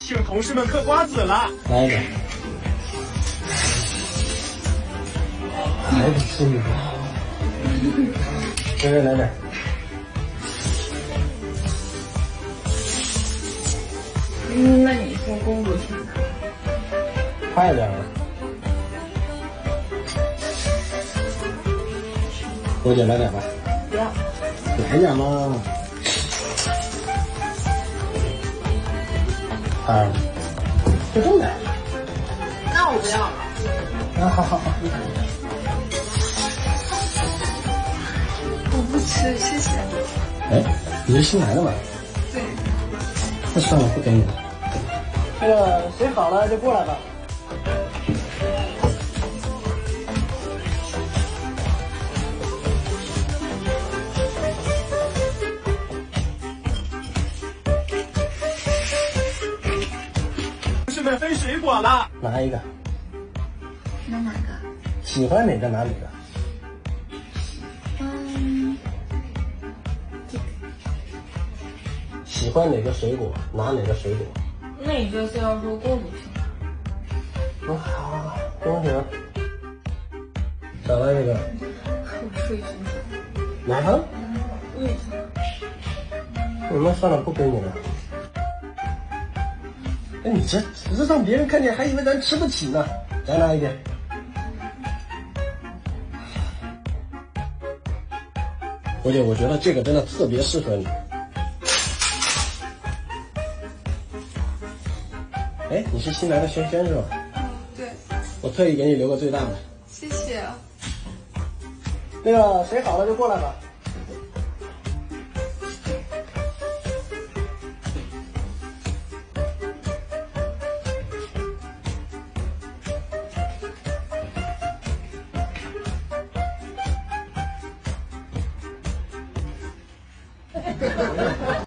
请同事们嗑瓜子了。来一个，还不吃一个？来来来点。嗯，那你说公主去哪？快点儿！多姐来点吧，不要，来点嘛！啊，就这么点儿。嗯那我不要了。啊，好好好，我不吃，谢谢。哎，你是新来的吧？对，那算了，不给你了。这个水好了就过来吧。同事们分水果了，拿一个，那哪个？喜欢哪个拿哪个。嗯，喜欢哪个水果拿哪个水果。那你这次要说公主去哪？嗯，好，公平。啊找到这个，我睡去哪？拿上。为啥？嗯，那算了，不给你了。哎，你这这让别人看见，还以为咱吃不起呢。咱拿一个。我姐，我觉得这个真的特别适合你。哎，你是新来的轩轩是吧？对，我特意给你留个最大的。谢谢。那个谁好了就过来吧。